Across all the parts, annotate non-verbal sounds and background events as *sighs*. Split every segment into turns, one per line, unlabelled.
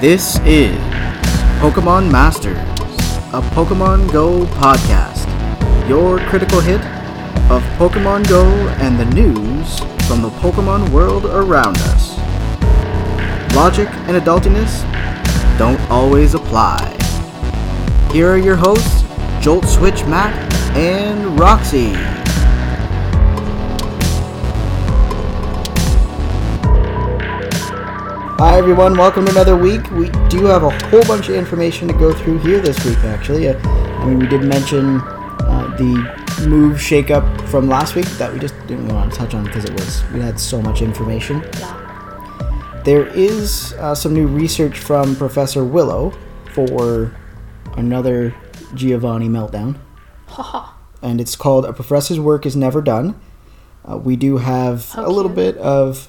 This is Pokemon Masters, a Pokemon Go podcast. Your critical hit of Pokemon Go and the news from the Pokemon world around us. Logic and adultiness don't always apply. Here are your hosts, Jolt Switch Matt and Roxy. Hi everyone, welcome to another week. We do have a whole bunch of information to go through here this week, actually. Uh, I mean, we did mention uh, the move shakeup from last week that we just didn't want to touch on because it was we had so much information. There is uh, some new research from Professor Willow for another Giovanni meltdown,
Haha.
and it's called "A Professor's Work Is Never Done." Uh, we do have a little
cute.
bit of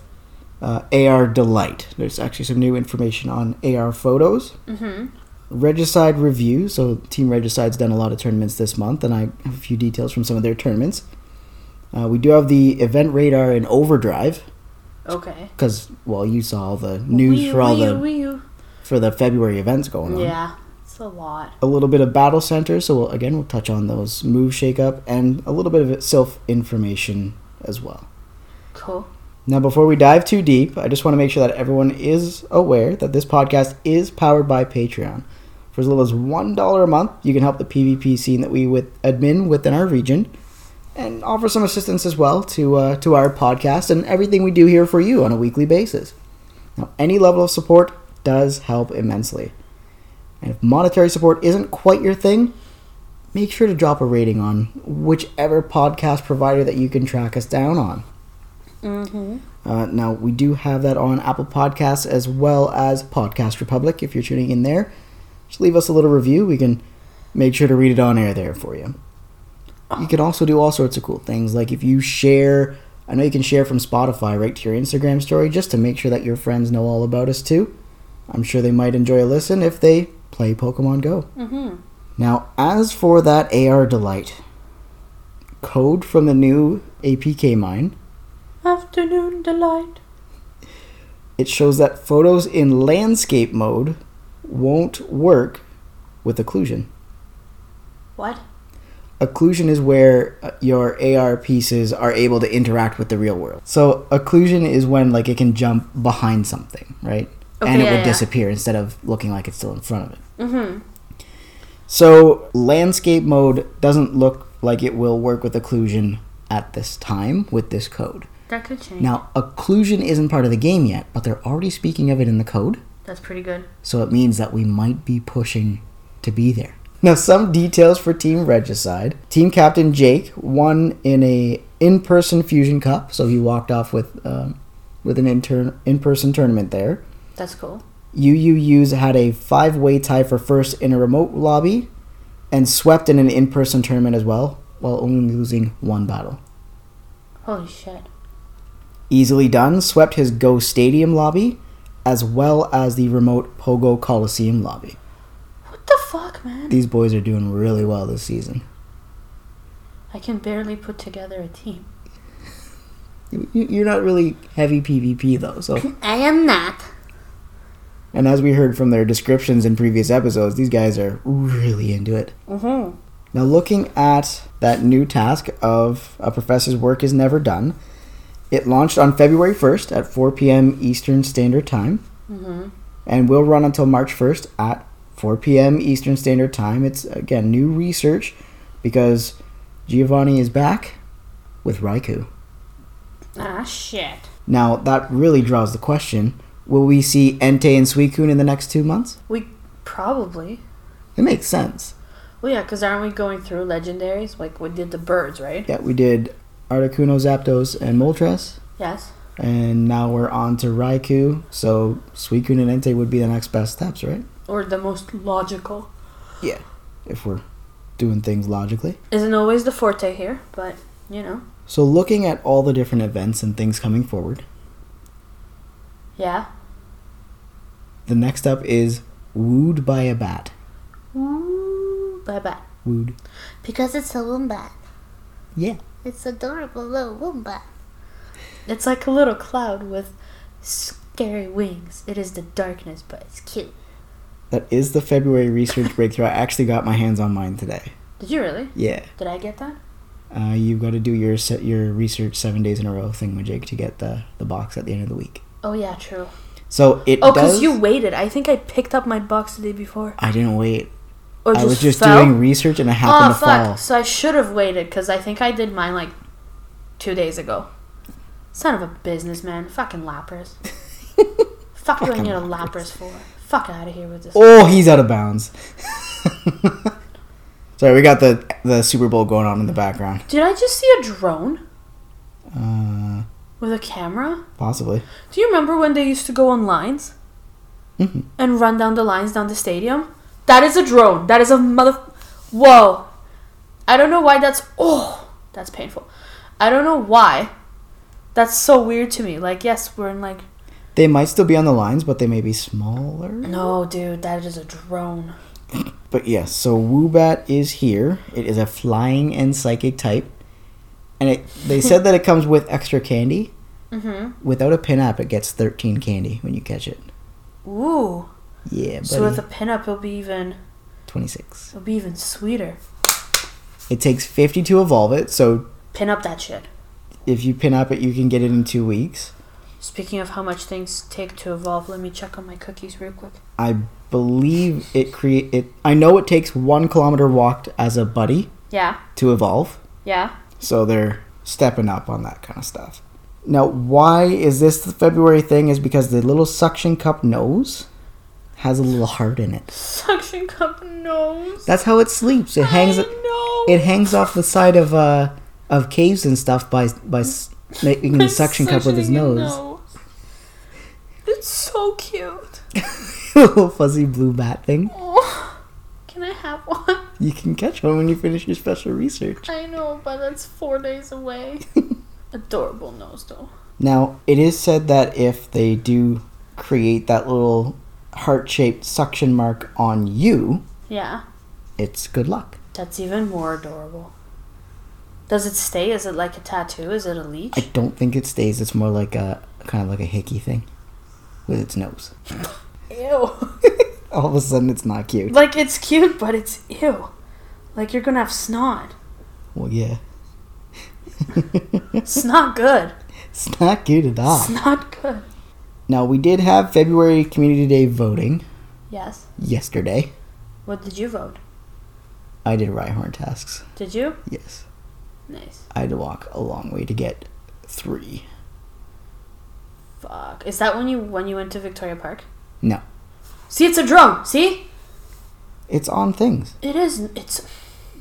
uh, AR delight. There's actually some new information on AR photos. Mm-hmm. Regicide review. So Team Regicide's done a lot of tournaments this month, and I have a few details from some of their tournaments. Uh, we do have the event radar in overdrive
Okay.
because, well, you saw all the news for all the for the February events going on.
Yeah, it's a lot.
A little bit of battle center. So we'll, again, we'll touch on those move shakeup and a little bit of self information as well.
Cool.
Now, before we dive too deep, I just want to make sure that everyone is aware that this podcast is powered by Patreon. For as little as $1 a month, you can help the PvP scene that we with admin within our region and offer some assistance as well to, uh, to our podcast and everything we do here for you on a weekly basis. Now, any level of support does help immensely. And if monetary support isn't quite your thing, make sure to drop a rating on whichever podcast provider that you can track us down on.
Mm-hmm,
Uh, now we do have that on Apple Podcasts as well as Podcast Republic. If you're tuning in there, just leave us a little review. We can make sure to read it on air there for you. You can also do all sorts of cool things, like if you share. I know you can share from Spotify right to your Instagram story, just to make sure that your friends know all about us too. I'm sure they might enjoy a listen if they play Pokemon Go.
Mhm.
Now, as for that AR delight, code from the new APK mine
Afternoon delight.
it shows that photos in landscape mode won't work with occlusion.
What?
Occlusion is where uh, your AR pieces are able to interact with the real world. So occlusion is when like it can jump behind something, right? and
Okay,
it
yeah,
would
yeah.
disappear instead of looking like it's still in front of it. Mm-hmm. So landscape mode doesn't look like it will work with occlusion at this time with this code.
That could change.
Now occlusion isn't part of the game yet, but they're already speaking of it in the code.
That's pretty good.
so it means that we might be pushing to be there. Now, some details for Team Regicide. Team Captain Jake won in a in-person Fusion Cup, so he walked off with um, with an intern in-person tournament there.
That's cool.
UUUs had a five-way tie for first in a remote lobby, and swept in an in-person tournament as well, while only losing one battle.
Holy shit.
Easily done swept his Go Stadium lobby, as well as the remote Pogo Coliseum lobby.
What the fuck, man?
These boys are doing really well this season.
I can barely put together a team.
You- You're not really heavy PvP though,
*laughs*
so.
I am not.
And as we heard from their descriptions in previous episodes, these guys are really into it.
Mm-hmm.
Now, looking at that new task of a professor's work is never done, it launched on February 1st at 4 p.m. Eastern Standard Time,
Mm-hmm.
and will run until March 1st at 4 p.m. Eastern Standard Time. It's again new research because Giovanni is back with Raikou.
Ah, shit.
Now, that really draws the question will we see Entei and Suicune in the next two months?
We probably.
It makes sense.
Well, Oh, yeah, because aren't we going through legendaries? Like, we did the birds, right?
Yeah, we did Articuno, Zapdos, and Moltres,
Yes.
and now we're on to Raikou, so Suicune and Entei would be the next best steps, right?
Or the most logical.
Yeah. If we're doing things logically.
Isn't always the forte here, but, you know.
So, looking at all the different events and things coming forward,
Yeah.
the next up is Wooed by a Bat.
Ooh, bye-bye.
Wooed.
Because it's a wombat.
Yeah.
It's adorable little wombat.
It's like a little cloud with scary wings. It is the darkness, but it's cute.
that is the February research breakthrough. I actually got my hands on mine today.
Did you really?
Yeah.
Did I get that?
Uh, you've got to do your se- your research seven days in a row thing, Jake, to get the, the box at the end of the week.
Oh yeah, true.
So it
Oh,
does.
because you waited. I think I picked up my box the day before.
I didn't wait.
Or
I was just
Oh, fell.
doing research and I happened to
Oh fuck!
fall.
So I should have waited because I think I did mine like two days ago. Son of a businessman, fucking
*laughs*
lappers. fuck do I
Fucking
need a lappers for? Fuck out of here with this.
Oh, he's out of bounds. *laughs* Sorry, we got the the Super Bowl going on in the background.
Did I just see a drone
Uh,
with a camera?
possibly.
Do you remember when they used to go on lines
Mhm.
and run down the lines down the stadium? That is a drone. That is a mother. Whoa! I don't know why that's. Oh, that's painful. I don't know why. That's so weird to me. Like, yes, we're in like
They might still be on the lines, but they may be smaller.
No, dude, that is a drone.
But yes, so Woobat is here. It is a flying and psychic type, and it they said that it comes with extra candy.
Mm-hmm.
Without a pin app, it gets thirteen candy when you catch it.
Ooh.
Yeah, buddy.
So with a pinup, it'll be even
twenty six.
it'll be even sweeter.
It takes fifty to evolve it. So
Pin up that shit.
if you pin up it, you can get it in two weeks.
Speaking of how much things take to evolve, let me check on my cookies real quick.
I believe it create it. I know it takes one kilometer walked as a buddy
Yeah,
to evolve,
yeah. *laughs*
so they're stepping up on that kind of stuff. Now, why is this the February thing? Is because the little suction cup nose has a little heart in it.
Suction cup nose.
That's how it sleeps. It hangs.
I know.
It hangs off the side of uh of caves and stuff by by s- making the suction cup with his
Suctioning a
nose.
It's so cute.
*laughs* little fuzzy blue bat thing.
Oh, can I have one? *laughs*
You can catch one when you finish your special research.
I know, but that's four days away. *laughs* Adorable nose though.
Now, it is said that if they do create that little heart shaped suction mark on you,
Yeah.
it's good luck.
That's even more adorable. Does it stay? Is it like a tattoo? Is it a leech?
I don't think it stays. It's more like a kind of like a hickey thing with its nose.
Ew.
All of a sudden, it's not cute.
*laughs* like it's cute, but it's ew. Like you're gonna have snot.
Well, yeah.
It's not good.
*laughs* it's not cute at all.
It's not good.
Now, we did have February Community Day voting
Yes.
yesterday.
What did you vote?
I did Rhyhorn tasks.
Did you?
Yes.
Nice.
I had to walk a long way to get three.
Fuck. Is that when you when you went to Victoria Park?
No.
See, it's a drone. See,
It's on things.
it is. It's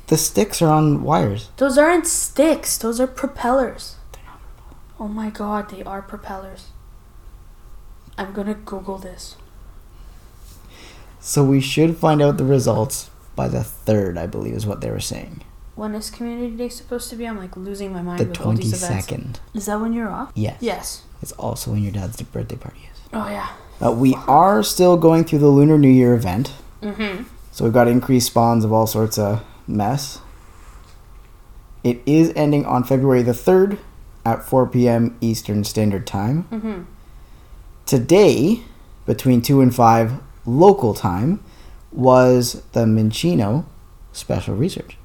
The sticks are on wires.
those aren't sticks. Those are propellers. Oh my god, they are propellers. I'm gonna Google this.
So we should find out the results by the third, I believe, is what they were saying.
When is Community Day supposed to be? I'm like losing my mind
The
with all
twenty
these events.
second.
Is that when you're off?
Yes.
Yes.
It's also when your dad's birthday party is.
Oh yeah.
Uh, we are still going through the Lunar New Year event,
Mm-hmm.
so we've got increased spawns of all sorts of mess. It is ending on February the third at four p.m. Eastern Standard Time.
Mm-hmm.
Today, between two and five local time, was the Minchino special research,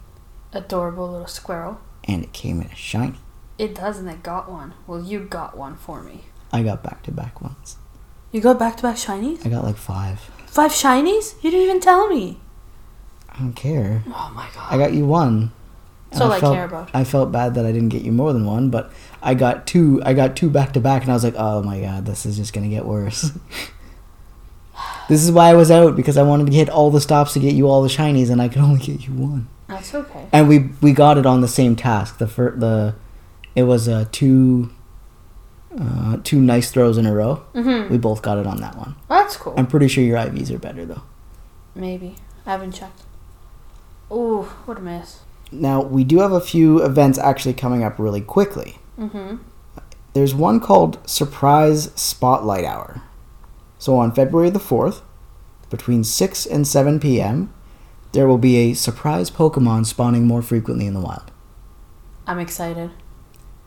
Adorable little squirrel.
and it came in a shiny.
It does, and I got one. Well, you got one for me.
I got back to back ones.
You got back to back shinies?
I got like five.
Five shinies? You didn't even tell me.
I don't care.
Oh my god.
I got you one.
That's all I
felt,
care about.
I felt bad that I didn't get you more than one, but I got two. I got two back to back, and I was like, "Oh my god, this is just gonna get
*laughs*
worse." this is why I was out because I wanted to hit all the stops to get you all the shinies, and I could only get you one.
That's okay.
And we we got it on the same task. The fir- the it was uh, two uh, two nice throws in a row.
Mm-hmm.
We both got it on that one.
That's cool.
I'm pretty sure your IVs are better though.
Maybe. I haven't checked. Ooh, what a mess.
Now, we do have a few events actually coming up really quickly.
Mm-hmm.
There's one called Surprise Spotlight Hour. So on February the 4th, between 6 and 7 p.m., there will be a surprise Pokemon spawning more frequently in the wild.
I'm excited.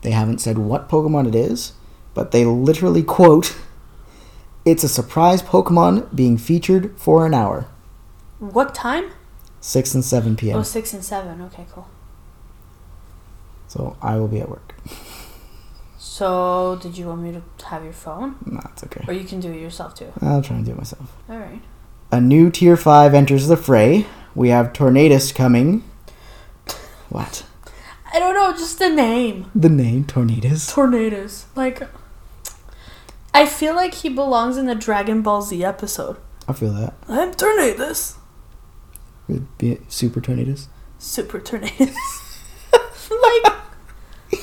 They haven't said what Pokemon it is, but they literally quote It's a surprise Pokemon being featured for an hour,
What time?
6 and 7 p.m.
Oh, six and seven. Okay, cool.
So I will be at work.
So, did you want me to have your phone,
Nah, it's okay.
or you can do it yourself too?
I'll try and do it myself.
All right.
A new tier 5 enters the fray. We have Tornadus coming. What?
I don't know. Just the name.
The name Tornadus?
Tornadoes. Like, I feel like he belongs in the Dragon Ball Z episode.
I feel that.
I'm Tornadoes.
Would be it Super Tornadus.
Super tornadoes. *laughs* like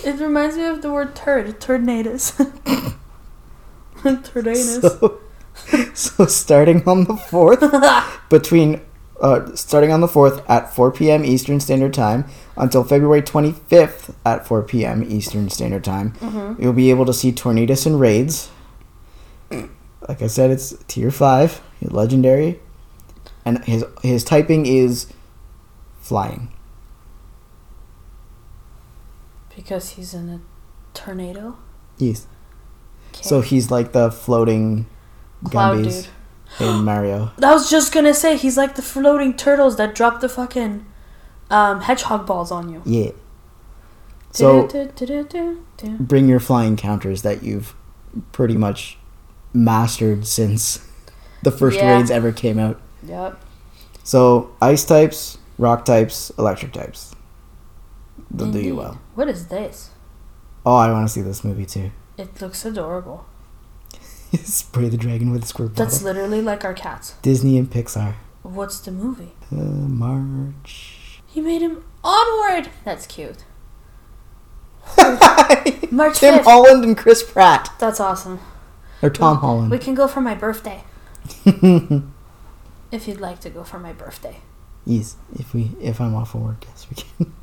it reminds me of the word turd, *laughs* tornadoes. tornadoes.
So, *laughs* so starting on the 4th, between uh, starting on the 4th at 4 p.m. Eastern Standard Time until February 25th at 4 p.m. Eastern Standard Time, you'll be able to see Tornadus and Raids. Like I said, it's tier 5, legendary, and his, his typing is flying.
because he's in a tornado.
Yes.
Okay.
So he's like the floating
Cloud
Gumbies
*gasps*
in Mario.
I was just gonna say he's like the floating turtles that drop the fucking um, hedgehog balls on you.
Yeah. So
Du-du-du-du-du-du.
bring your flying counters that you've pretty much mastered since the first
Yeah.
raids ever came out.
Yep.
So ice types, rock types, electric types. They'll do you
Indeed.
well.
What is this?
Oh, I want to see this movie too. *laughs*
It looks adorable.
Spray the dragon with a squirt bottle.
That's literally like our cats.
Disney and Pixar.
What's the movie?
Uh, March.
He made him onward. That's cute. *laughs* March
Tim
5th.
Holland and Chris Pratt.
That's awesome.
Or Tom
We
Holland.
can go for my birthday *laughs* if you'd like to go for my birthday.
yes, if we if I'm off of work, yes we can.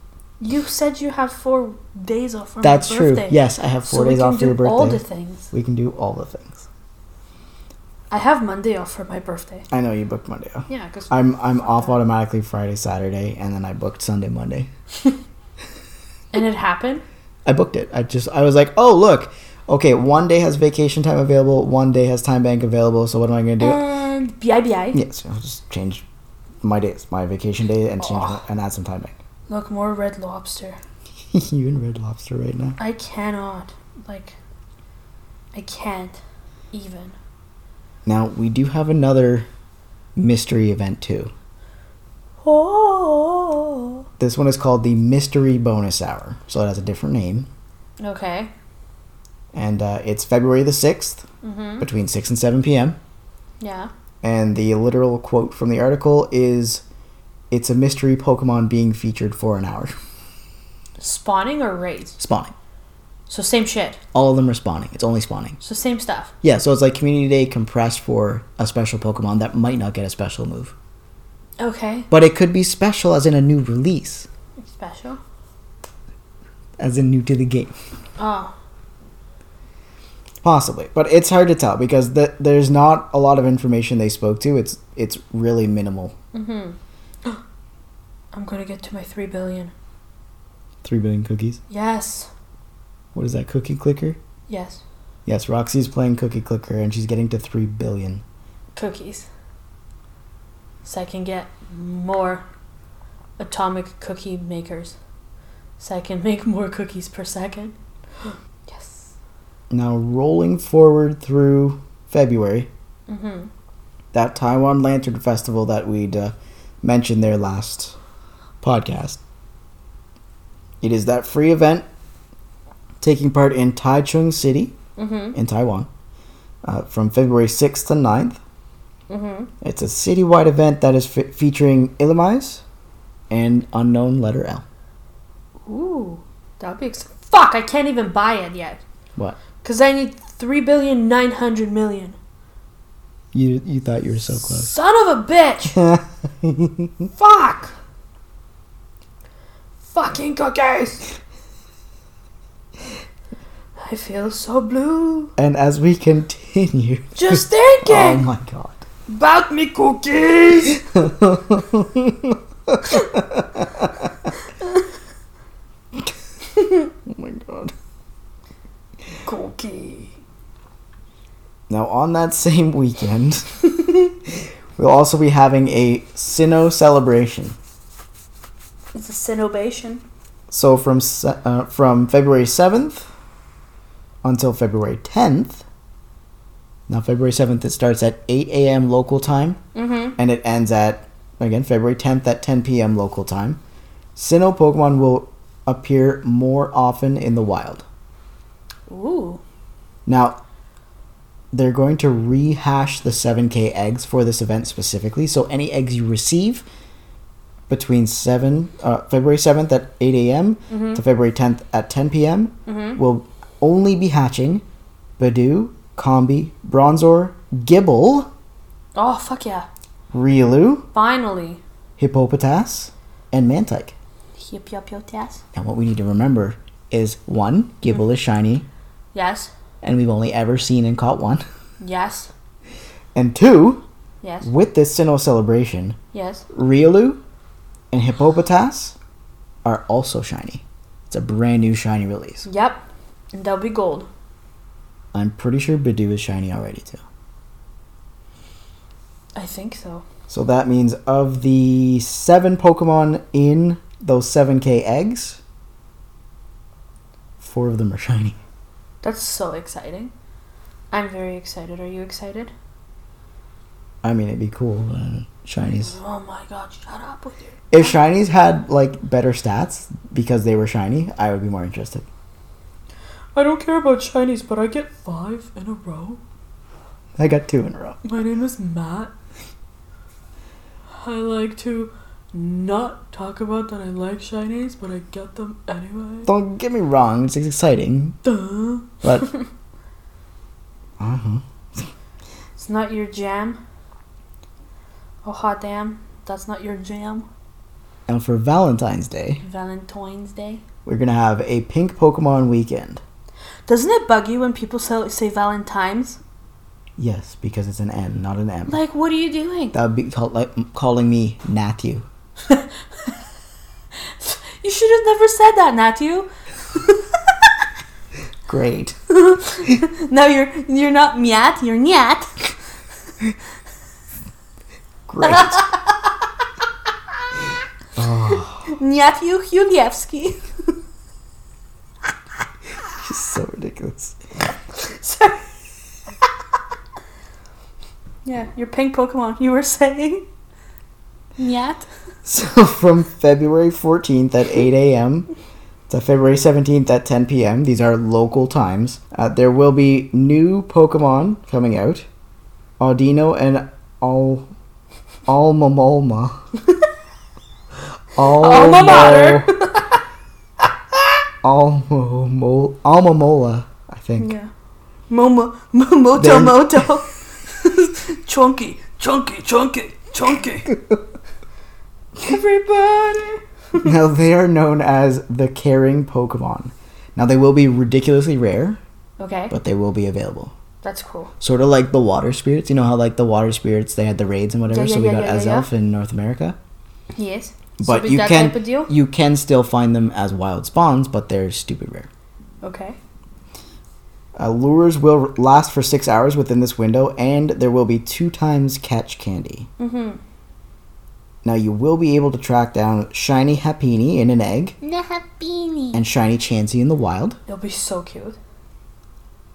You said you have four days off for
That's
my
true.
birthday.
Yes, I have
So
four
we
days
can
off for
do
your
all the
birthday.
things.
We can do all the things.
I have Monday off for my birthday.
I know you booked Monday off.
Yeah, because
I'm I'm off automatically Friday, Saturday, and then I booked Sunday, Monday.
and it happened.
I booked it. I just I was like, oh look, okay, one day has vacation time available, one day has time bank available. So what am I gonna do?
Uh. And BIBI.
yes, I'll just change my days, my vacation day, and change
Oh.
my, and add some time bank.
Look, more red lobster.
*laughs* you in Red Lobster right now?
I cannot. Like, I can't even.
Now we do have another mystery event too.
Oh.
This one is called the Mystery Bonus Hour, so it has a different name,
Okay.
and uh, it's February the 6th
Mhm.
between six and seven p.m.
Yeah.
And the literal quote from the article is it's a mystery Pokemon being featured for an hour. *laughs*
Spawning or raids?
spawning.
So same shit.
All of them are spawning. It's only spawning.
So same stuff.
Yeah, so it's like community day compressed for a special Pokemon that might not get a special move.
Okay.
But it could be special as in a new release.
Special.
As in new to the game.
Oh.
Possibly. But it's hard to tell because the, there's not a lot of information they spoke to. It's it's really minimal.
Mm-hmm. *gasps* I'm gonna get to my three billion.
Three billion cookies.
Yes.
What is that, cookie clicker?
Yes.
Yes, Roxy's playing cookie clicker and she's getting to three billion.
Cookies. So I can get more atomic cookie makers. So I can make more cookies per second. *gasps* yes.
Now rolling forward through February,
Mm-hmm.
that Taiwan Lantern Festival that we'd uh, mentioned their last podcast. It is that free event taking part in Taichung City
Mm-hmm.
in Taiwan uh, from February 6th to 9th.
Mm-hmm.
It's a citywide event that is fe featuring Illumise and unknown letter L.
Ooh. That'd be ex- Fuck, I can't even buy it yet.
What?
Cause I need three billion nine hundred million.
You you thought you were so close.
Son of a bitch! Fuck! Fucking cookies! I feel so blue
and as we continue, *laughs*
just
oh
thinking
my god.
about me cookies!
Oh my god.
Cookie.
Now, on that same weekend, *laughs* we'll also be having a Sino celebration.
It's a sinovation.
So from se- uh, from February seventh until February tenth. Now February seventh it starts at eight a.m. local time
Mm-hmm.
and it ends at again February tenth at ten p.m. local time. Sinnoh Pokemon will appear more often in the wild.
Ooh.
Now, they're going to rehash the 7K eggs for this event specifically. So any eggs you receive between 7 uh, February 7th at 8 a.m. to February 10th at 10 p.m. will only be hatching Badoo, Combi, Bronzor, Gibble,
Oh fuck yeah!
Riolu,
Finally.
Hippopotas, and Mantike.
Yep, yep, yep, yes.
Now what we need to remember is one, Gibble is shiny,
Yes.
and we've only ever seen and caught one. *laughs*
Yes.
And two,
Yes.
with this Sinnoh celebration,
Yes.
Riolu and Hippopotas are also shiny. It's a brand new shiny release.
Yep. And that'll be gold.
I'm pretty sure Bidoo is shiny already too.
I think so.
So that means of the seven Pokemon in those 7k eggs, four of them are *laughs* shiny.
That's so exciting. I'm very excited. Are you excited?
I mean, it'd be cool. Uh, shinies.
Oh my god! Shut up with you.
If shinies had like better stats because they were shiny, I would be more interested.
I don't care about Chinese, but I get five in a row.
I got two in a row.
My name is Matt. I like to not talk about that I like shinies, but I get them anyway.
Don't get me wrong; it's exciting,
Duh.
but uh-huh.
It's not your jam. Oh hot damn, that's not your jam.
and for Valentine's Day,
Valentine's Day.
we're gonna have a pink Pokemon weekend.
Doesn't it bug you when people say, say Valentine's?
Yes, because it's an N, not an M.
Like, what are you doing?
That would be called like m- calling me Matthew.
You should have never said that, Matthew.
Great.
now you're you're not Miat, you're Nyat.
Great. *laughs*
Nyatyu Hulievsky.
It's so ridiculous.
Sorry. yeah, your pink Pokemon. You were saying Nyat.
*laughs* So from February 14th at 8 a.m. to February 17th at 10 p.m. These are local times. Uh, there will be new Pokemon coming out. Audino and Al Almamolma.
Alma mater.
*laughs* Alma Almamola, I think.
Yeah. Momo, mo- moto,
Then-
moto. *laughs* chunky, chunky, chunky, chunky. Everybody.
*laughs* now they are known as the caring Pokemon. Now they will be ridiculously rare,
Okay,
but they will be available.
that's cool.
Sort of like the water spirits. You know how like the water spirits they had the raids and whatever,
Yeah, yeah,
so we
yeah,
got
yeah, yeah,
Azelf in North America.
Yes.
But
with
you
that
can
type of deal?
you can still find them as wild spawns, but they're stupid rare.
Okay.
Uh, lures will last for six hours within this window, and there will be two times catch candy.
Mm-hmm.
Now you will be able to track down shiny Happini in an egg
Nahabini.
and shiny Chansey in the wild.
They'll be so cute.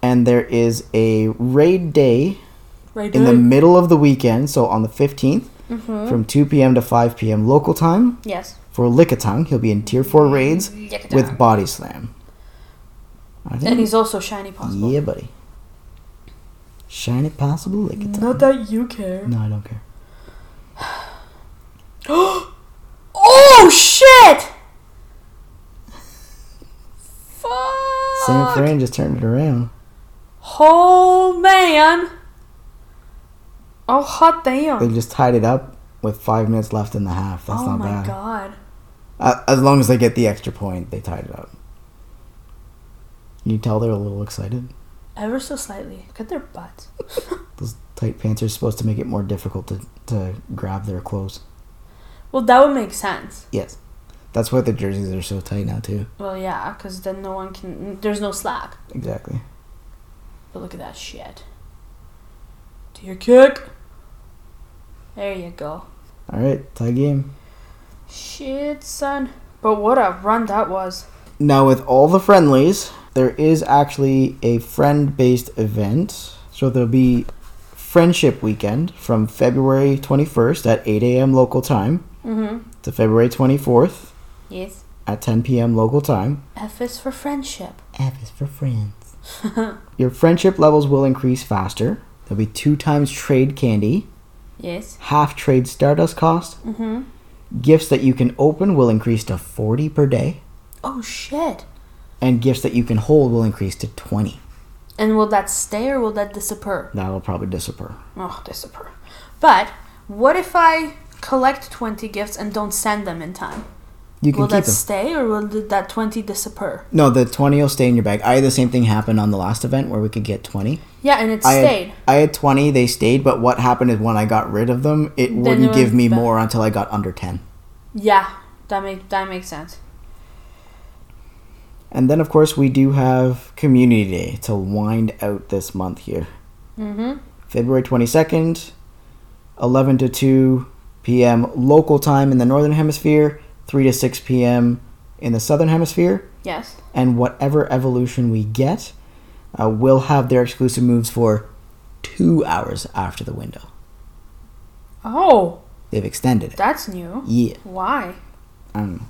And there is a raid day
*laughs* Right
in the
there.
middle of the weekend, so on the 15th,
Mhm.
from 2 p.m. to 5 p.m. local time
Yes.
for Lickitung. He'll be in Tier 4 raids with Body Slam. I
and
think,
he's also shiny possible.
yeah, buddy. Shiny possible Lickitung.
Not that you care.
No, I don't care.
Oh shit! Fuck!
Sam Fran just turned it around.
Oh man! Oh hot damn!
They just tied it up with five minutes left in the half. That's
oh
not
my
bad.
god!
Uh, as long as they get the extra point, they tied it up. You can tell they're a little excited.
Ever so slightly. Look at their butts.
Those tight pants are supposed to make it more difficult to, to grab their clothes.
Well, that would make sense.
Yes. That's why the jerseys are so tight now, too.
Well, yeah, because then no one can. There's no slack.
Exactly.
But look at that shit. Your kick. There you go.
All right, tie game.
Shit, son. But what a run that was.
Now, with all the friendlies, there is actually a friend based event. So there'll be Friendship Weekend from February 21st at 8 a.m. local time
Mm-hmm.
to February 24th
Yes.
at 10 p.m. local time.
F is for friendship.
F is for
*laughs*
friends. Your friendship levels will increase faster. There'll be two times trade candy,
Yes.
half trade stardust cost.
Mm-hmm.
Gifts that you can open will increase to 40 per day,
Oh shit.
and gifts that you can hold will increase to 20.
And will that stay or will that disappear?
That'll probably disappear.
Oh, disappear. But what if I collect 20 gifts and don't send them in time?
You can
Will
keep
that
them.
stay or will th- that 20 disappear?
No, the 20 will stay in your bag. I had the same thing happen on the last event where we could get 20.
Yeah, and it
I had,
stayed.
I had 20, they stayed, but what happened is when I got rid of them, it wouldn't
it
give
was
me
back.
more until I got under 10.
Yeah, that make that makes sense.
And then, of course, we do have Community Day to wind out this month here.
Mm-hmm.
February 22nd, 11 to 2 p.m. local time in the Northern Hemisphere, 3 to 6 p.m. in the Southern Hemisphere.
Yes.
And whatever evolution we get uh, will have their exclusive moves for two hours after the window.
Oh,
They've extended it.
that's new.
Yeah.
Why?
I don't know.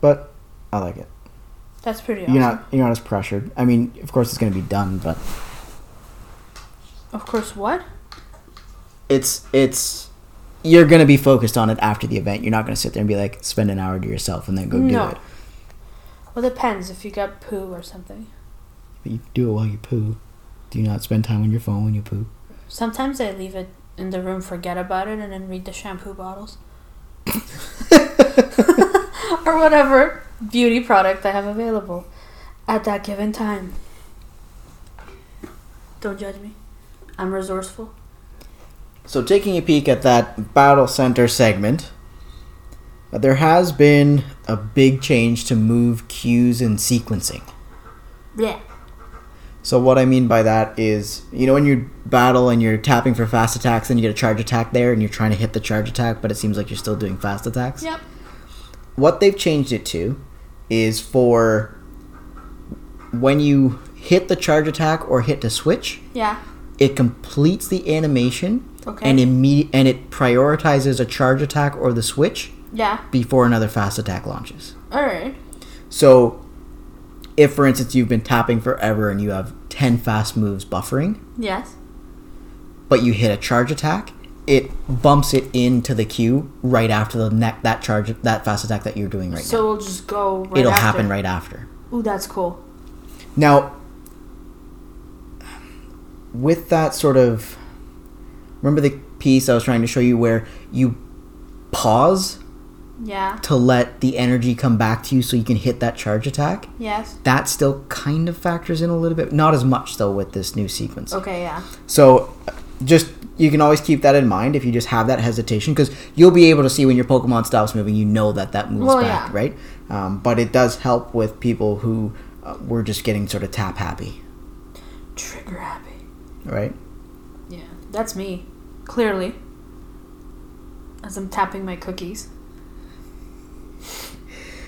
But I like it.
That's pretty awesome.
You're not you're not as pressured. I mean, of course it's gonna be done, but
Of course, what?
it's it's you're gonna be focused on it after the event. You're not gonna sit there and be like spend an hour to yourself and then go
No.
do it.
Well, depends if you got poo or something.
But you do it while you poo. Do you not spend time on your phone when you poo?
Sometimes I leave it in the room, forget about it, and then read the
*laughs*
shampoo bottles. or whatever beauty product I have available at that given time. Don't judge me. I'm resourceful.
So taking a peek at that battle center segment, uh, there has been a big change to move cues and sequencing.
Yeah.
So what I mean by that is, you know, when you battle and you're tapping for fast attacks, then you get a charge attack there, and you're trying to hit the charge attack, but it seems like you're still doing fast attacks.
Yep.
What they've changed it to is for when you hit the charge attack or hit to switch,
Yeah.
it completes the animation
Okay.
and imme- and it prioritizes a charge attack or the switch
Yeah.
before another fast attack launches.
All right.
So, if for instance you've been tapping forever and you have 10 fast moves buffering,
Yes.
but you hit a charge attack, it bumps it into the queue right after the neck that charge that fast attack that you're doing right
So we'll just go. Right
now. It'll
after.
happen right after.
Ooh, that's cool.
Now, with that sort of remember the piece I was trying to show you where you pause
Yeah.
to let the energy come back to you so you can hit that charge attack?
Yes.
That still kind of factors in a little bit, not as much though with this new sequence.
Okay. Yeah.
So just you can always keep that in mind if you just have that hesitation because you'll be able to see when your Pokemon stops moving. You know that that moves
Well,
back,
yeah.
right? Um, but it does help with people who uh, were just getting sort of tap happy,
Trigger happy.
right?
Yeah, that's me. Clearly. As I'm tapping my cookies.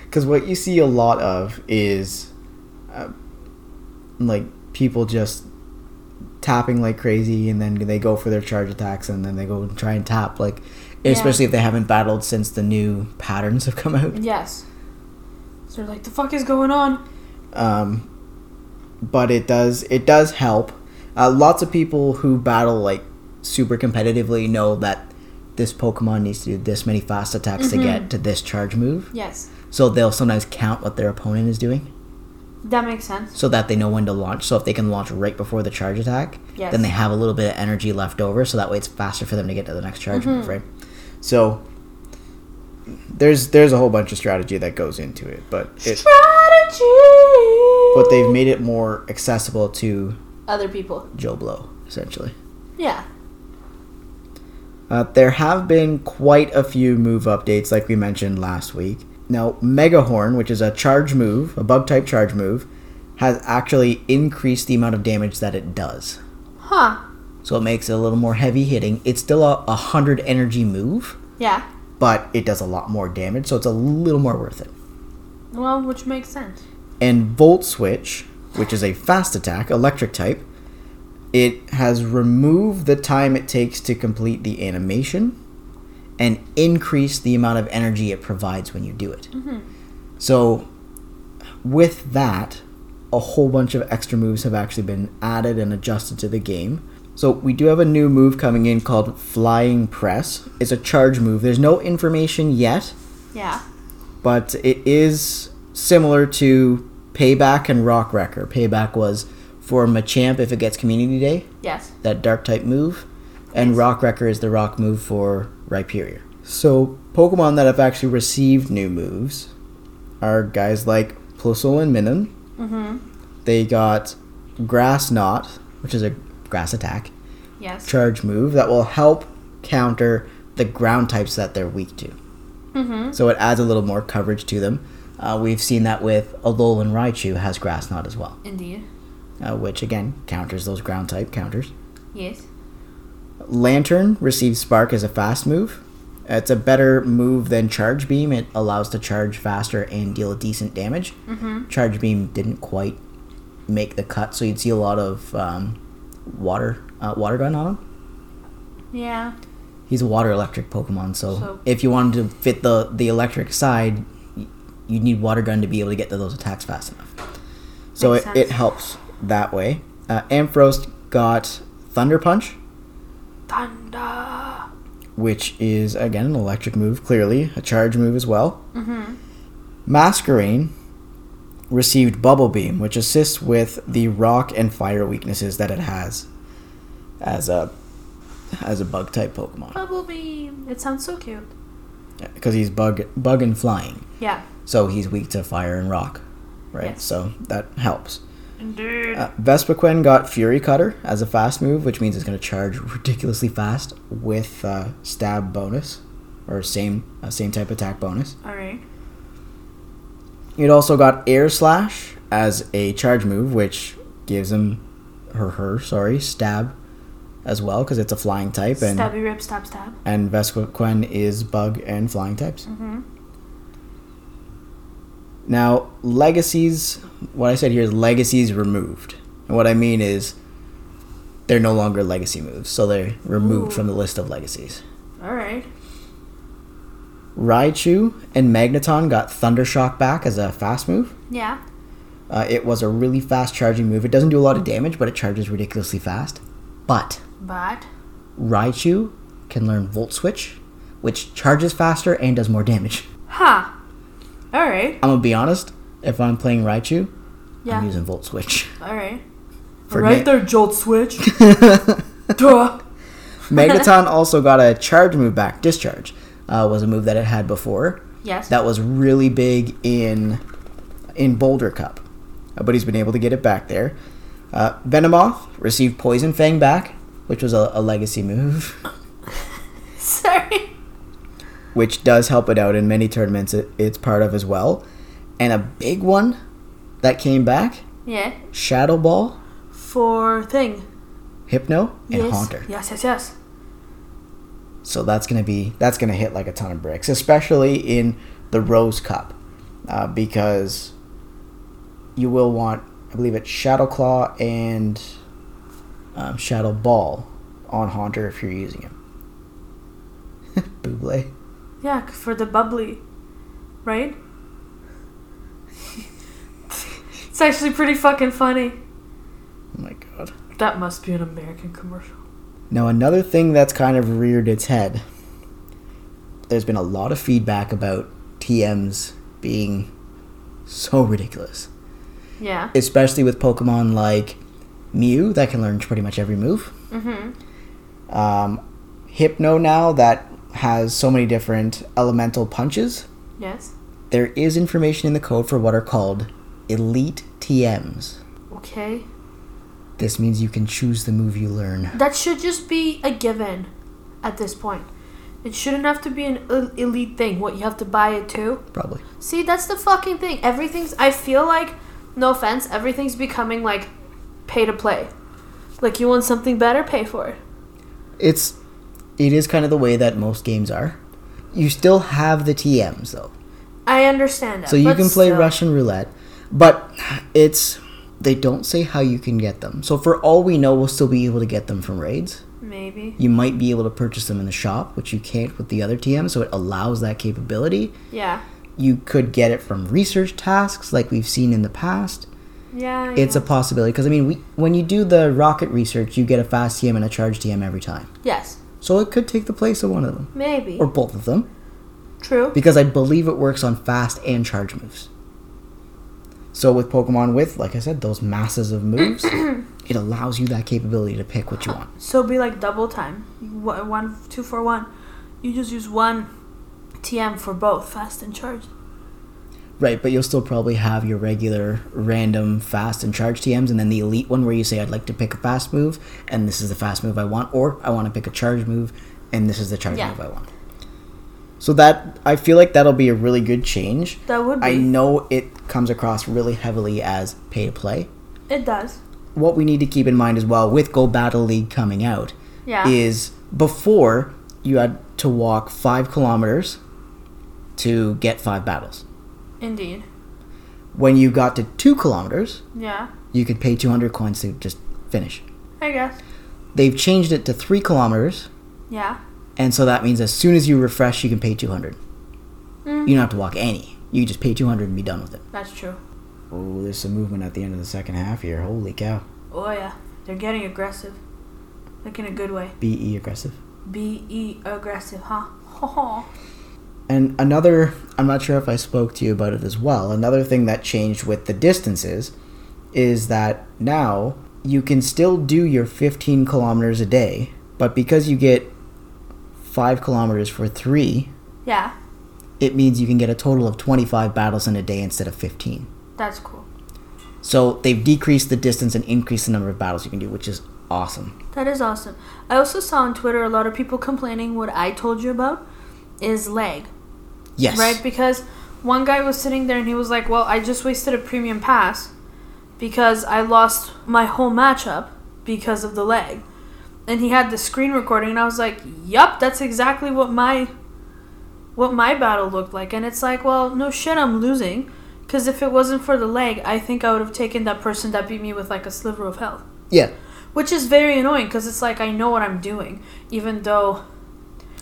Because what you see a lot of is uh, like people just tapping like crazy and then they go for their charge attacks and then they go and try and tap like especially if they haven't battled since the new patterns have come out
Yes. So they're like, the fuck is going on?
um, but it does it does help. Uh, lots of people who battle like super competitively know that this Pokemon needs to do this many fast attacks to get to this charge move,
Yes.
so they'll sometimes count what their opponent is doing
That makes sense.
so that they know when to launch. So if they can launch right before the charge attack,
Yes.
then they have a little bit of energy left over, so that way it's faster for them to get to the next charge move, right? So there's there's a whole bunch of strategy that goes into it, but it,
Strategy!
but they've made it more accessible to
Other people.
Joe Blow, essentially.
Yeah.
Uh, there have been quite a few move updates, like we mentioned last week. Now, Megahorn, which is a charge move, a bug type charge move, has actually increased the amount of damage that it does.
Huh.
so it makes it a little more heavy hitting. It's still a, a 100 energy move,
Yeah.
but it does a lot more damage, so it's a little more worth it.
Well, which makes sense.
And Volt Switch, which is a fast attack, electric type, it has removed the time it takes to complete the animation and increased the amount of energy it provides when you do it. So, with that, a whole bunch of extra moves have actually been added and adjusted to the game. So, we do have a new move coming in called Flying Press. It's a charge move. There's no information yet,
Yeah.
but it is similar to Payback and Rock Wrecker. Payback was for Machamp if it gets Community Day,
Yes.
that dark type move, and Rock Wrecker is the rock move for Rhyperior. So, Pokemon that have actually received new moves are guys like Plusle and Minim. They got Grass Knot, which is a grass attack,
Yes.
charge move that will help counter the ground types that they're weak to.
Mm-hmm.
So it adds a little more coverage to them. Uh, we've seen that with Alolan Raichu has Grass Knot as well,
Indeed.
uh, which again counters those ground type counters.
Yes.
Lantern receives Spark as a fast move. It's a better move than Charge Beam. It allows to charge faster and deal decent damage.
Mm-hmm.
Charge Beam didn't quite make the cut, so you'd see a lot of um, water uh, water gun on him.
Yeah.
he's a water electric Pokemon. So,
So-
if you wanted to fit the the electric side, y- you'd need water gun to be able to get to those attacks fast enough. So
Makes
it, it
sense.
helps that way. Uh, Ampharos got Thunder Punch,
Thunder.
which is again an electric move, clearly a charge move as well. Mm-hmm. Masquerain received Bubble Beam, which assists with the rock and fire weaknesses that it has as a as a bug type Pokemon.
Bubble beam. It sounds so cute.
because he's bug bug and flying,
Yeah.
so he's weak to fire and rock, right?
Yes.
So that helps.
Indeed.
Uh, Vespiquen got Fury Cutter as a fast move, which means it's going to charge ridiculously fast with uh, stab bonus, or same uh, same type attack bonus.
All right.
It also got Air Slash as a charge move, which gives him her her sorry stab as well because it's a flying type and
Stabby rip. Stab. Stab.
and Vesquiquen is bug and flying types. Now, legacies, what I said here is legacies removed. And what I mean is they're no longer legacy moves, so they're removed
Ooh.
from the list of legacies.
All right.
Raichu and Magneton got Thunder Shock back as a fast move.
Yeah.
Uh, it was a really fast charging move. It doesn't do a lot of damage, but it charges ridiculously fast. But
But
Raichu can learn Volt Switch, which charges faster and does more damage.
huh. All right.
I'm gonna be honest. If I'm playing Raichu, I'm
Yeah.
using Volt
*laughs*
Switch.
All right.
For
right
me-
there,
*laughs*
Jolt Switch. Duh.
Magneton also got a charge move back. Discharge uh, was a move that it had before.
Yes.
That was really big in in Boulder Cup, Uh, but he's been able to get it back there. Uh, Venomoth received Poison Fang back, which was a, a legacy move,
*laughs*
*laughs*
Sorry.
which does help it out in many tournaments. It, it's part of as well, and a big one that came back:
Yeah.
Shadow Ball,
For thing.
Hypno, and
yes.
Haunter.
Yes. Yes. Yes.
So that's gonna be that's gonna hit like a ton of bricks, especially in the Rose Cup, uh, because you will want, I believe it's Shadow Claw and um, Shadow Ball on Haunter if you're using him. *laughs* Buble.
Yeah, c- for the bubbly, right? *laughs* it's actually pretty fucking funny.
Oh my god.
That must be an American commercial.
Now another thing that's kind of reared its head. There's been a lot of feedback about TMs being so ridiculous.
Yeah.
especially with Pokemon like Mew that can learn pretty much every move. Mm-hmm. Um, Hypno now that has so many different elemental punches.
Yes.
There is information in the code for what are called elite TMs.
Okay.
This means you can choose the move you learn.
That should just be a given at this point. It shouldn't have to be an el- elite thing. What, you have to buy it too?
Probably.
See, that's the fucking thing. Everything's. I feel like, no offense, everything's becoming like pay to play. Like you want something better, pay for it.
It's it is kind of the way that most games are. You still have the TMs though.
I understand that.
So you
but
can play
still.
Russian roulette, but it's they don't say how you can get them. So for all we know, we'll still be able to get them from raids.
Maybe.
You might be able to purchase them in the shop, which you can't with the other TM, so it allows that capability.
Yeah.
You could get it from research tasks like we've seen in the past.
Yeah.
It's a possibility because I mean, we, when you do the rocket research, you get a fast TM and a charge TM every time.
yes.
So it could take the place of one of them
Maybe.
or both of them
True.
because I believe it works on fast and charge moves. So with Pokemon with, like I said, those masses of
*clears throat*
moves, it allows you that capability to pick what you want.
So it'd be like double time. One, one, two for one. You just use one TM for both, fast and charged.
Right, but you'll still probably have your regular random fast and charge TMs and then the elite one where you say I'd like to pick a fast move and this is the fast move I want or I want to pick a charge move and this is the charge
Yeah.
move I want. So that I feel like that'll be a really good change.
That would be.
I know it comes across really heavily as pay to play.
It does.
What we need to keep in mind as well with Go Battle League coming out
Yeah.
is before you had to walk 5 kilometers to get 5 battles.
Indeed.
When you got to 2 kilometers,
Yeah.
you could pay 200 coins to just finish.
I guess.
They've changed it to 3 kilometers,
Yeah.
and so that means as soon as you refresh, you can pay 200.
Mm.
You don't have to walk any. You just pay 200 and be done with it.
That's true.
Oh, there's some movement at the end of the second half here. Holy cow.
Oh yeah. They're getting aggressive. Like in a good way.
BE E aggressive.
B E aggressive, huh? *laughs* Ho
And another, I'm not sure if I spoke to you about it as well. Another thing that changed with the distances is that now you can still do your 15 kilometers a day, but because you get 5 kilometers for 3,
Yeah.
it means you can get a total of 25 battles in a day instead of 15.
That's cool.
So they've decreased the distance and increased the number of battles you can do, which is awesome.
That is awesome. I also saw on Twitter a lot of people complaining what I told you about is lag,
Yes.
right? Because one guy was sitting there and he was like, "Well, I just wasted a premium pass because I lost my whole matchup because of the lag." And he had the screen recording and I was like, "Yup, that's exactly what my what my battle looked like." And it's like, "Well, no shit, I'm losing." Because if it wasn't for the lag, I think I would have taken that person that beat me with like a sliver of health
Yeah.
which is very annoying because it's like I know what I'm doing, even though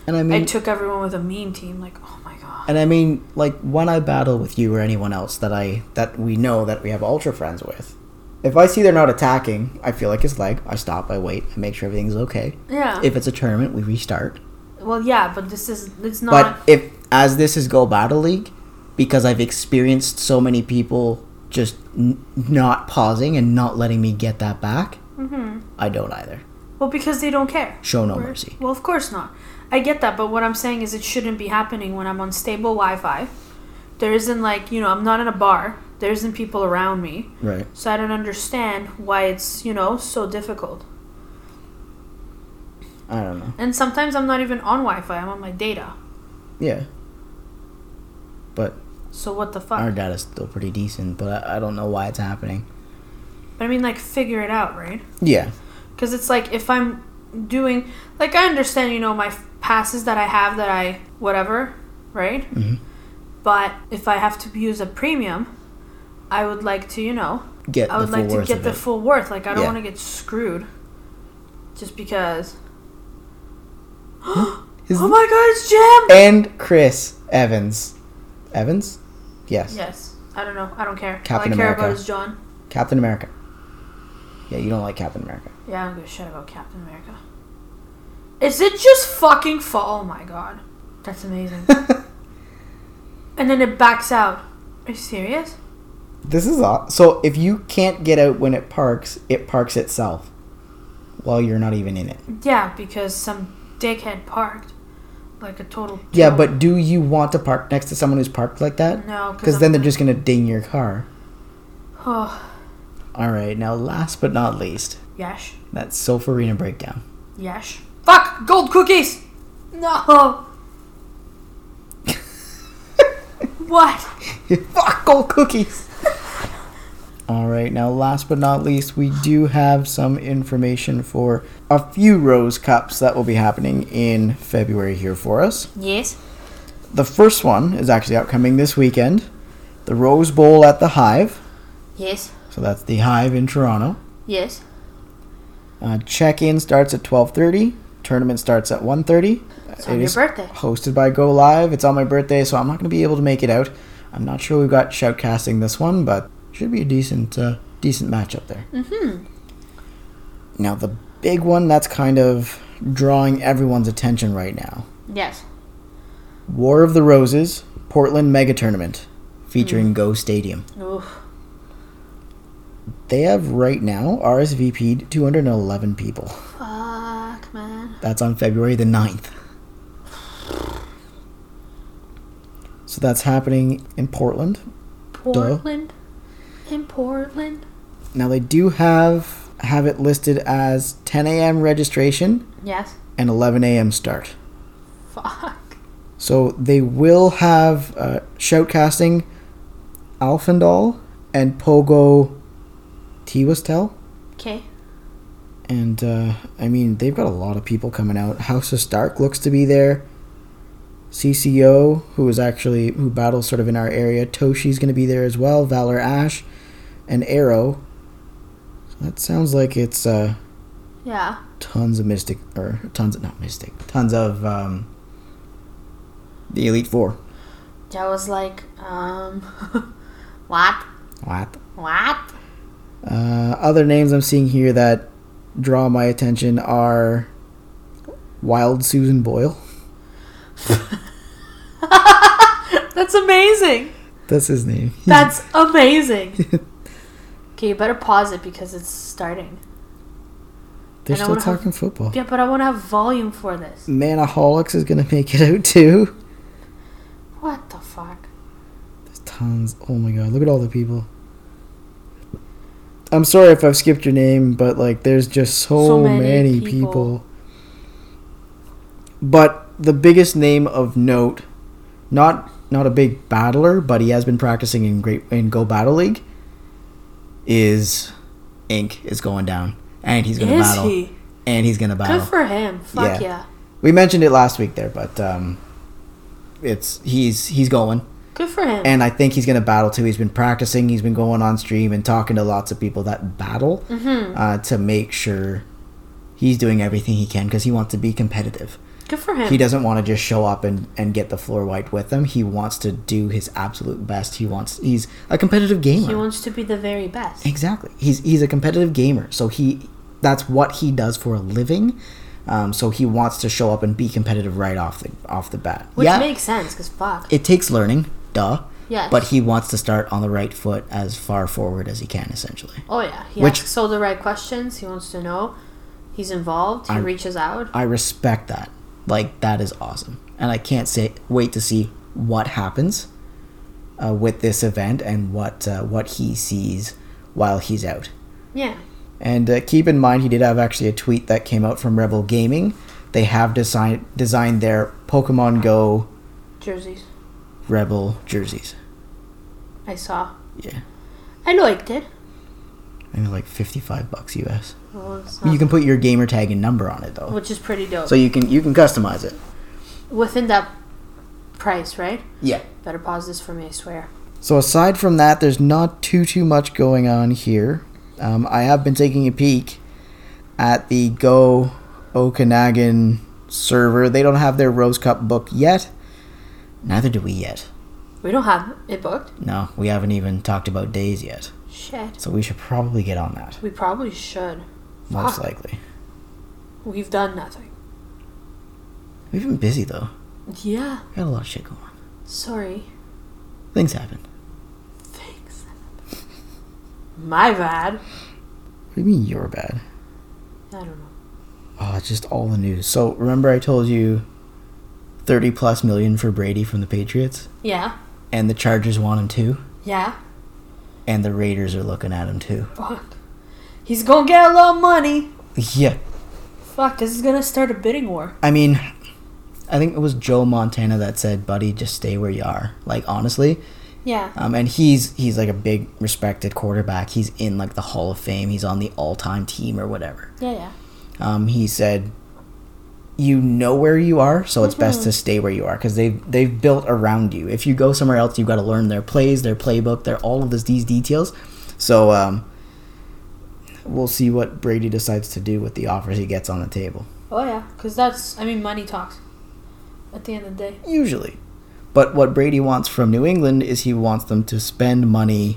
And I
I
mean,
took everyone with a mean team. Like, oh my god,
and I mean, like when I battle with you or anyone else that I that we know that we have ultra friends with, if I see they're not attacking, I feel like it's lag. I stop. I wait. I make sure everything's okay.
yeah.
If it's a tournament, we restart.
well, yeah, but this is it's
But
not.
if as this is Go Battle League, because I've experienced so many people just n- not pausing and not letting me get that back, I don't either.
well, because they don't care.
Show Oh, no mercy.
Well, of course not. I get that, but what I'm saying is it shouldn't be happening when I'm on stable Wi-Fi. There isn't like you know I'm not in a bar. There isn't people around me,
Right.
so I don't understand why it's you know so difficult.
I don't know.
And sometimes I'm not even on Wi-Fi. I'm on my data.
Yeah. But
So what the fuck?
our data's still pretty decent, but I, I don't know why it's happening.
But I mean, like, figure it out, right?
Yeah.
because it's like if i'm doing like i understand you know my f- passes that i have that i whatever right
Mhm.
but if i have to use a premium i would like to you know
Get
i would
the full
like to
worth
get
of
the
it.
full worth like i don't
Yeah.
want to get screwed just
*gasps*
because
His-
oh my god it's jam
and Chris Evans. Evans? Yes.
yes i don't know i don't care
Captain
all i care
America.
about is john
Captain America. Yeah, you don't like Captain America. *laughs*
yeah i don't give a shit about captain america is it just fucking fa- oh my god that's amazing
*laughs*
And then it backs out. Are you serious?
this is aw- so if you can't get out when it parks, it parks itself while you're not even in it.
Yeah, because some dickhead parked. Like a total.
Yeah,
tool.
but do you want to park next to someone who's parked like that?
No, because
Because then they're just gonna ding your car.
Oh,
All right. Now, last but not least,
yesh.
that Sofarina breakdown.
Yesh. Fuck! Gold cookies!
*laughs*
No! what?
Fuck gold cookies. All right, now last but not least, we do have some information for a few Rose Cups that will be happening in February here for us.
Yes.
The first one is actually upcoming this weekend the Rose Bowl at the Hive.
Yes.
So that's the Hive in Toronto.
Yes.
Uh, check-in starts at 12.30. Tournament starts at 1.30.
It's on your birthday.
hosted by Go Live. It's on my birthday, so I'm not going to be able to make it out. I'm not sure we've got shoutcasting this one, but should be a decent, uh, decent matchup there. Mm-hmm. Now the big one that's kind of drawing everyone's attention right now:
Yes.
War of the Roses Portland Mega Tournament, featuring Go Stadium.
Oof.
They have right now RSVP'd 211 people.
Fuck, man.
That's on February the 9th. So that's happening in Portland.
Portland. In Portland.
Now they do have have it listed as 10 a.m. registration
Yes.
and 11 a.m. start.
Fuck.
So they will have uh, shoutcasting, Alfendal and Pogo, Tiwastel.
Okay.
And uh, I mean, they've got a lot of people coming out. House of Stark looks to be there. CCO, who is actually who battles sort of in our area, Toshi's going to be there as well. Valor Ash, and Arrow. So that sounds like it's uh,
Yeah.
tons of mystic or tons of not mystic, tons of um, the Elite Four.
That was like, um, *laughs* what?
What?
What?
Uh, other names I'm seeing here that draw my attention are Wild Susan Boyle. *laughs*
That's amazing.
That's his name.
That's
*laughs*
amazing. Okay, you better pause it because it's starting.
They're
And I
still
wanna have-
talking football.
Yeah, but I want to have volume for this.
Manaholics is gonna make it out too.
What the fuck?
There's tons. Oh my god, look at all the people. I'm sorry if I've skipped your name, but like, there's just so,
So
many,
many
people.
people.
But the biggest name of note, not not a big battler, but he has been practicing in great in Go Battle League. Is Ink is going down, and he's gonna
Is
battle,
he?
and he's gonna battle.
Good for him. Fuck
Yeah.
yeah.
We mentioned it last week there, but um, it's he's he's going,
Good for him.
and I think he's going to battle too. He's been practicing. He's been going on stream and talking to lots of people that battle
Mm-hmm.
uh, to make sure he's doing everything he can because he wants to be competitive.
Good for him.
He doesn't want to just show up and, and get the floor wiped with them. He wants to do his absolute best. He wants he's a competitive gamer.
He wants to be the very best.
Exactly. He's he's a competitive gamer, so he that's what he does for a living. Um, so he wants to show up and be competitive right off the off the bat.
Which
yeah,
makes sense, because fuck.
it takes learning, duh.
Yes.
But he wants to start on the right foot as far forward as he can, essentially.
oh, yeah. He
which-
asks all the right questions. He wants to know. He's involved. He
I'm-
reaches out.
I respect that. Like that is awesome, and I can't say wait to see what happens uh, with this event and what uh, what he sees while he's out.
yeah.
And uh, keep in mind, he did have actually a tweet that came out from Rebel Gaming. They have designed designed their Pokemon Go
Jerseys.
Rebel jerseys.
I saw.
Yeah,
I liked it.
and they're like fifty five bucks US.
Well, it's
You
not-
can put your gamer tag and number on it though,
which is pretty dope.
so you can you can customize it.
Within that price, right?
Yeah.
Better pause this for me, I swear.
So aside from that, there's not too too much going on here. Um, I have been taking a peek at the Go Okanagan server. They don't have their Rose Cup book yet. Neither do we yet.
We don't have it booked.
No, we haven't even talked about days yet.
Shit.
So we should probably get on that.
We probably should.
Most
Fuck.
likely.
We've done nothing.
We've been busy though.
Yeah.
We got a lot of shit going on.
Sorry.
Things happen.
Thanks. My bad.
What do you mean you're bad?
I don't know.
Oh, it's just all the news. So remember I told you 30 plus million for Brady from the Patriots?
Yeah.
And the Chargers want him too?
Yeah.
And the Raiders are looking at him too.
Fuck. He's gonna get a lot of money.
Yeah.
Fuck, this is gonna start a bidding war.
I mean, I think it was Joe Montana that said, buddy, just stay where you are. Like, honestly,
Yeah.
Um, and he's he's like a big respected quarterback. He's in like the Hall of Fame. He's on the all-time team or whatever.
Yeah, yeah.
Um, he said, "You know where you are, so it's best
Mm-hmm.
to stay where you are because they they've built around you. If you go somewhere else, you've got to learn their plays, their playbook, their all of this, these details. So um, we'll see what Brady decides to do with the offers he gets on the table.
Oh, yeah. Because that's, I mean, money talks at the end of the day.
Usually." But what Brady wants from New England is he wants them to spend money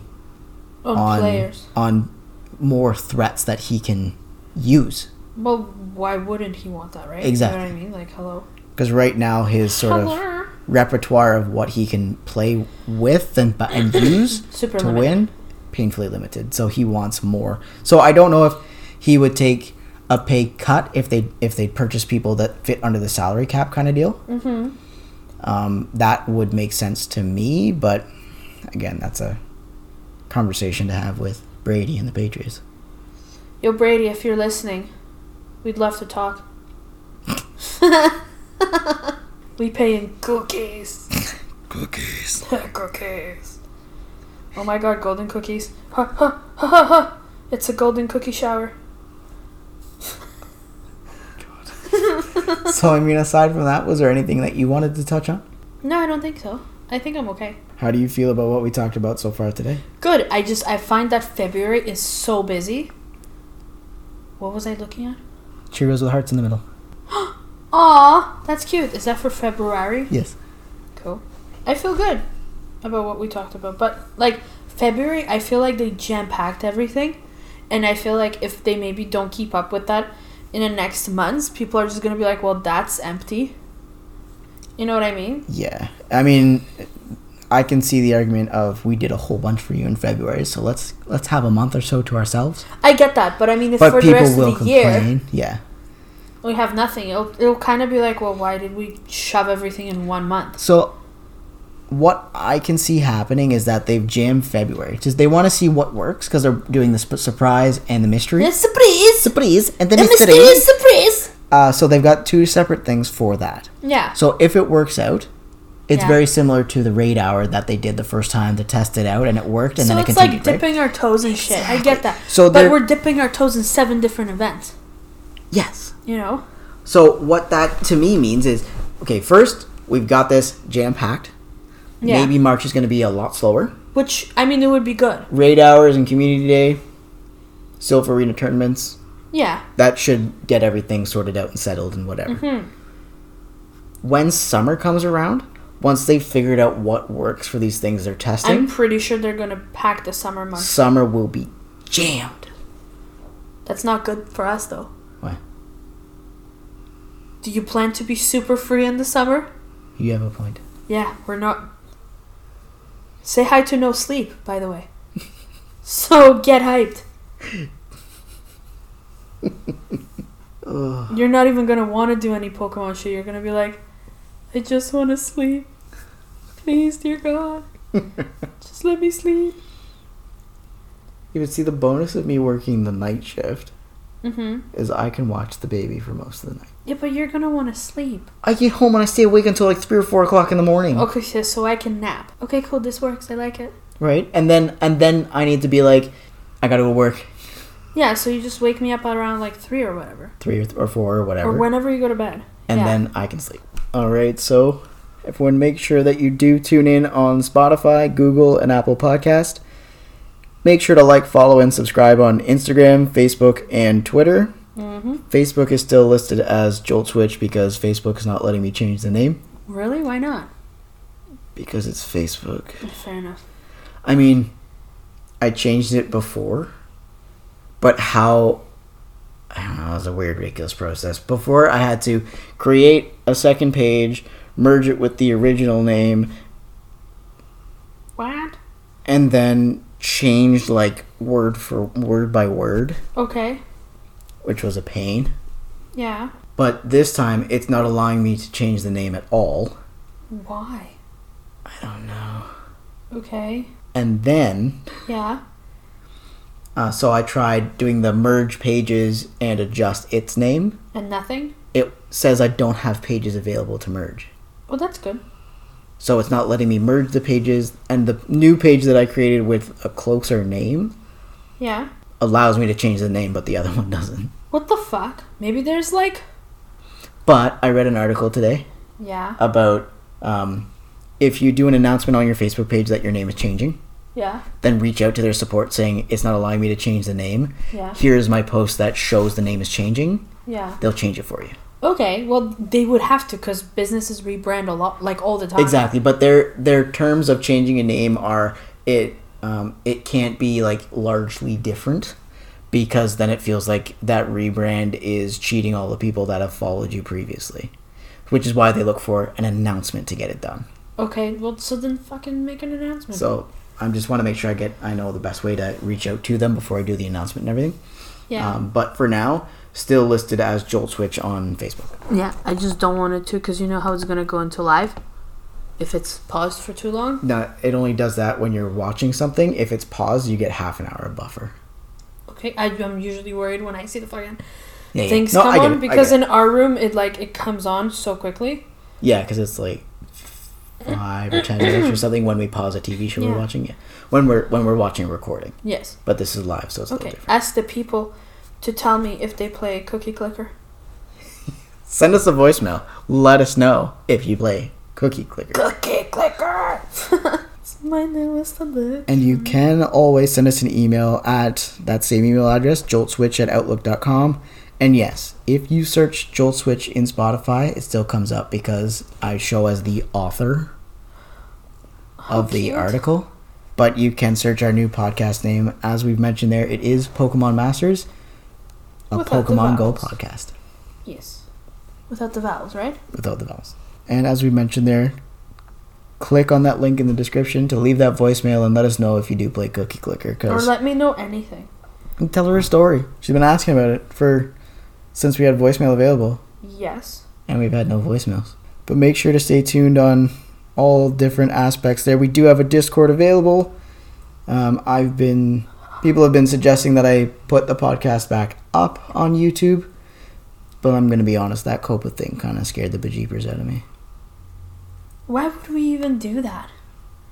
On,
on
players.
on more threats that he can use
Well, why wouldn't he want that, right?
Exactly.
You know what I mean? Like, hello.
because right now his sort of
Hello.
repertoire of what he can play with and bu- and *coughs* use
Super
to
limited.
win painfully limited so he wants more so i don't know if he would take a pay cut if they if they purchase people that fit under the salary cap kind of deal mm-hmm. um, that would make sense to me but again that's a conversation to have with brady and the patriots
Yo, Brady, if you're listening, we'd love to *laughs* talk. we pay in cookies. *laughs*
cookies
cookies. Oh my god, golden cookies. Ha ha ha ha ha. It's a golden cookie shower.
*laughs* so i mean aside from that was there anything that you wanted to touch on
No, I don't think so. I think I'm okay.
How do you feel about what we talked about so far today?
Good. I just I find that February is so busy. What was I looking at?
Cheerios with hearts in the middle.
Aw, that's cute. Is that for February?
Yes.
Cool. I feel good about what we talked about, but like February, I feel like they jam packed everything, and I feel like if they maybe don't keep up with that in the next months, people are just gonna be like, "Well, that's empty." You know what I mean?
Yeah. I mean, I can see the argument of we did a whole bunch for you in February, so let's let's have a month or so to ourselves.
I get that, but I mean, if
But
for the
people
rest
will
of the year
complain. Yeah.
we have nothing, it'll it'll kind of be like, "Well, why did we shove everything in one month?"
So what I can see happening is that they've jammed February. Just they want to see what works because they're doing the sp- surprise and the mystery.
surprise!
Surprise and the
mysterious
mystery.
surprise!
Uh, so they've got two separate things for that.
Yeah.
So if it works out, it's
Yeah.
very similar to the raid hour that they did the first time to test it out, and it worked, and
so
then it
it's
continued.
like
right?
dipping our toes in shit. I get that.
So
but
there-
we're dipping our toes in seven different events.
Yes.
You know.
So what that to me means is, okay, first we've got this jam packed.
Yeah.
Maybe March is going to be a lot slower.
Which I mean, it would be good.
Raid hours and community day, Silver Arena tournaments.
Yeah.
That should get everything sorted out and settled and whatever. When summer comes around, once they've figured out what works for these things they're testing,
I'm pretty sure they're gonna pack the summer months.
summer will be jammed.
That's not good for us though.
Why?
Do you plan to be super free in the summer?
You have a point.
Yeah, we're not. Say hi to no sleep, by the *laughs* way. so get *laughs* hyped. You're not even gonna want to do any Pokemon shit. You're gonna be like, I just want to sleep. Please, dear *laughs* God, just let me sleep.
You would see the bonus of me working the night shift
Mm-hmm.
is I can watch the baby for most of the night.
Yeah, but you're gonna want to sleep.
I get home and I stay awake until like three or four o'clock in the morning.
Okay, so, so I can nap. Okay, cool. This works. I like it.
Right? And then and then I need to be like, I gotta go work
Yeah. So you just wake me up at around like three or whatever,
three or, th- or four or whatever,
or whenever you go to bed.
and
yeah.
then I can sleep. All right. So everyone, make sure that you do tune in on Spotify, Google, and Apple Podcast. Make sure to like, follow, and subscribe on Instagram, Facebook, and Twitter. Facebook is still listed as Jolt Switch because Facebook is not letting me change the name
Really? Why not?
because it's Facebook.
Fair enough.
I mean, I changed it before, but how? I don't know. It was a weird, ridiculous process. Before, I had to create a second page, merge it with the original name,
What?
and then change like word for word by word,
Okay.
which was a pain.
Yeah.
But this time, it's not allowing me to change the name at all.
Why?
I don't know.
Okay.
And then
Yeah.
Uh, so I tried doing the merge pages and adjust its name.
And nothing?
It says I don't have pages available to merge.
Well, that's good.
So it's not letting me merge the pages, and the new page that I created with a closer name
Yeah.
allows me to change the name, but the other *laughs* one doesn't.
What the fuck? Maybe there's like.
But I read an article today
Yeah.
about um, if you do an announcement on your Facebook page that your name is changing,
Yeah.
then reach out to their support saying it's not allowing me to change the name.
Yeah.
Here's my post that shows the name is changing.
Yeah.
They'll change it for you.
Okay. Well, they would have to because businesses rebrand a lot, like all the time.
Exactly, but their their terms of changing a name are it um, it can't be like largely different because then it feels like that rebrand is cheating all the people that have followed you previously, which is why they look for an announcement to get it done.
Okay. Well, so then fucking make an announcement.
So I just want to make sure I get I know the best way to reach out to them before I do the announcement and everything.
yeah.
Um, but for now, still listed as Jolt Switch on Facebook.
yeah. I just don't want it to because you know how it's gonna go into live if it's paused for too long.
Now it only does that when you're watching something. If it's paused, you get half an hour of buffer.
Okay. I, I'm usually worried when I see the fucking
Yeah, yeah.
things
No, I
come
get
on
it, I get
because
it.
in our room it like it comes on so quickly.
Yeah, because it's like five or ten
*coughs*
minutes or something when we pause a TV show
Yeah.
we're watching. Yeah, when we're when we're watching a recording,
Yes.
but this is live, so it's a
Okay.
little different.
Ask the people to tell me if they play Cookie Clicker.
Send us a voicemail. Let us know if you play Cookie Clicker.
Cookie Clicker. *laughs* it's my newest look.
And you can always send us an email at that same email address, joltswitch at outlook.com. And yes, if you search Jolt Switch in Spotify, it still comes up because I show as the author of the
cute.
article. But you can search our new podcast name. As we've mentioned there, it is Pokemon Masters, a
Without the
Pokemon Go
vowels.
podcast
Yes. Without the vowels, right?
without the vowels. And as we mentioned there, click on that link in the description to leave that voicemail and let us know if you do play Cookie Clicker.
Or
Because
let me know anything.
And tell her a story. She's been asking about it for since we had voicemail available,
Yes.
and we've had no voicemails. But make sure to stay tuned on all different aspects. There, we do have a Discord available. Um, I've been people have been suggesting that I put the podcast back up on YouTube, but I'm gonna be honest, that Copa thing kind of scared the bejeepers out of me.
Why would we even do that?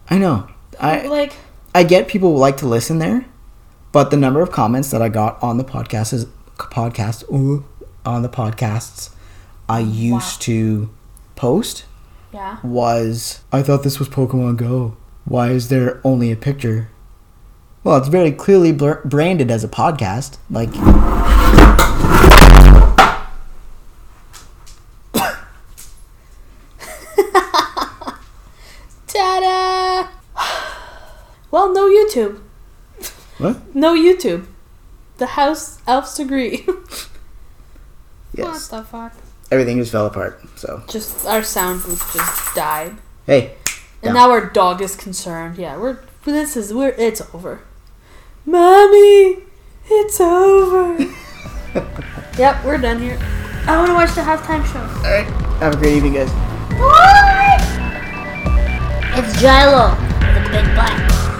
I know. I
like,
I get people like to listen there, but the number of comments that I got on the podcast is podcast ooh, on the podcasts I used to post
yeah.
was I thought this was Pokemon Go. Why is there only a picture? Well, it's very clearly blur- branded as a podcast. Like
Ta-da! *sighs* well, no YouTube.
what?
No YouTube. The house elves agree. *laughs*
Yes.
What the fuck?
Everything just fell apart. So
Just our sound booth just died,
hey, Yeah.
and now our dog is concerned. Yeah, we're this is we're it's over. Mommy, it's over. yep, we're done here. I want to watch the halftime show.
all right. Have a great evening, guys.
It's Gylo, the big black.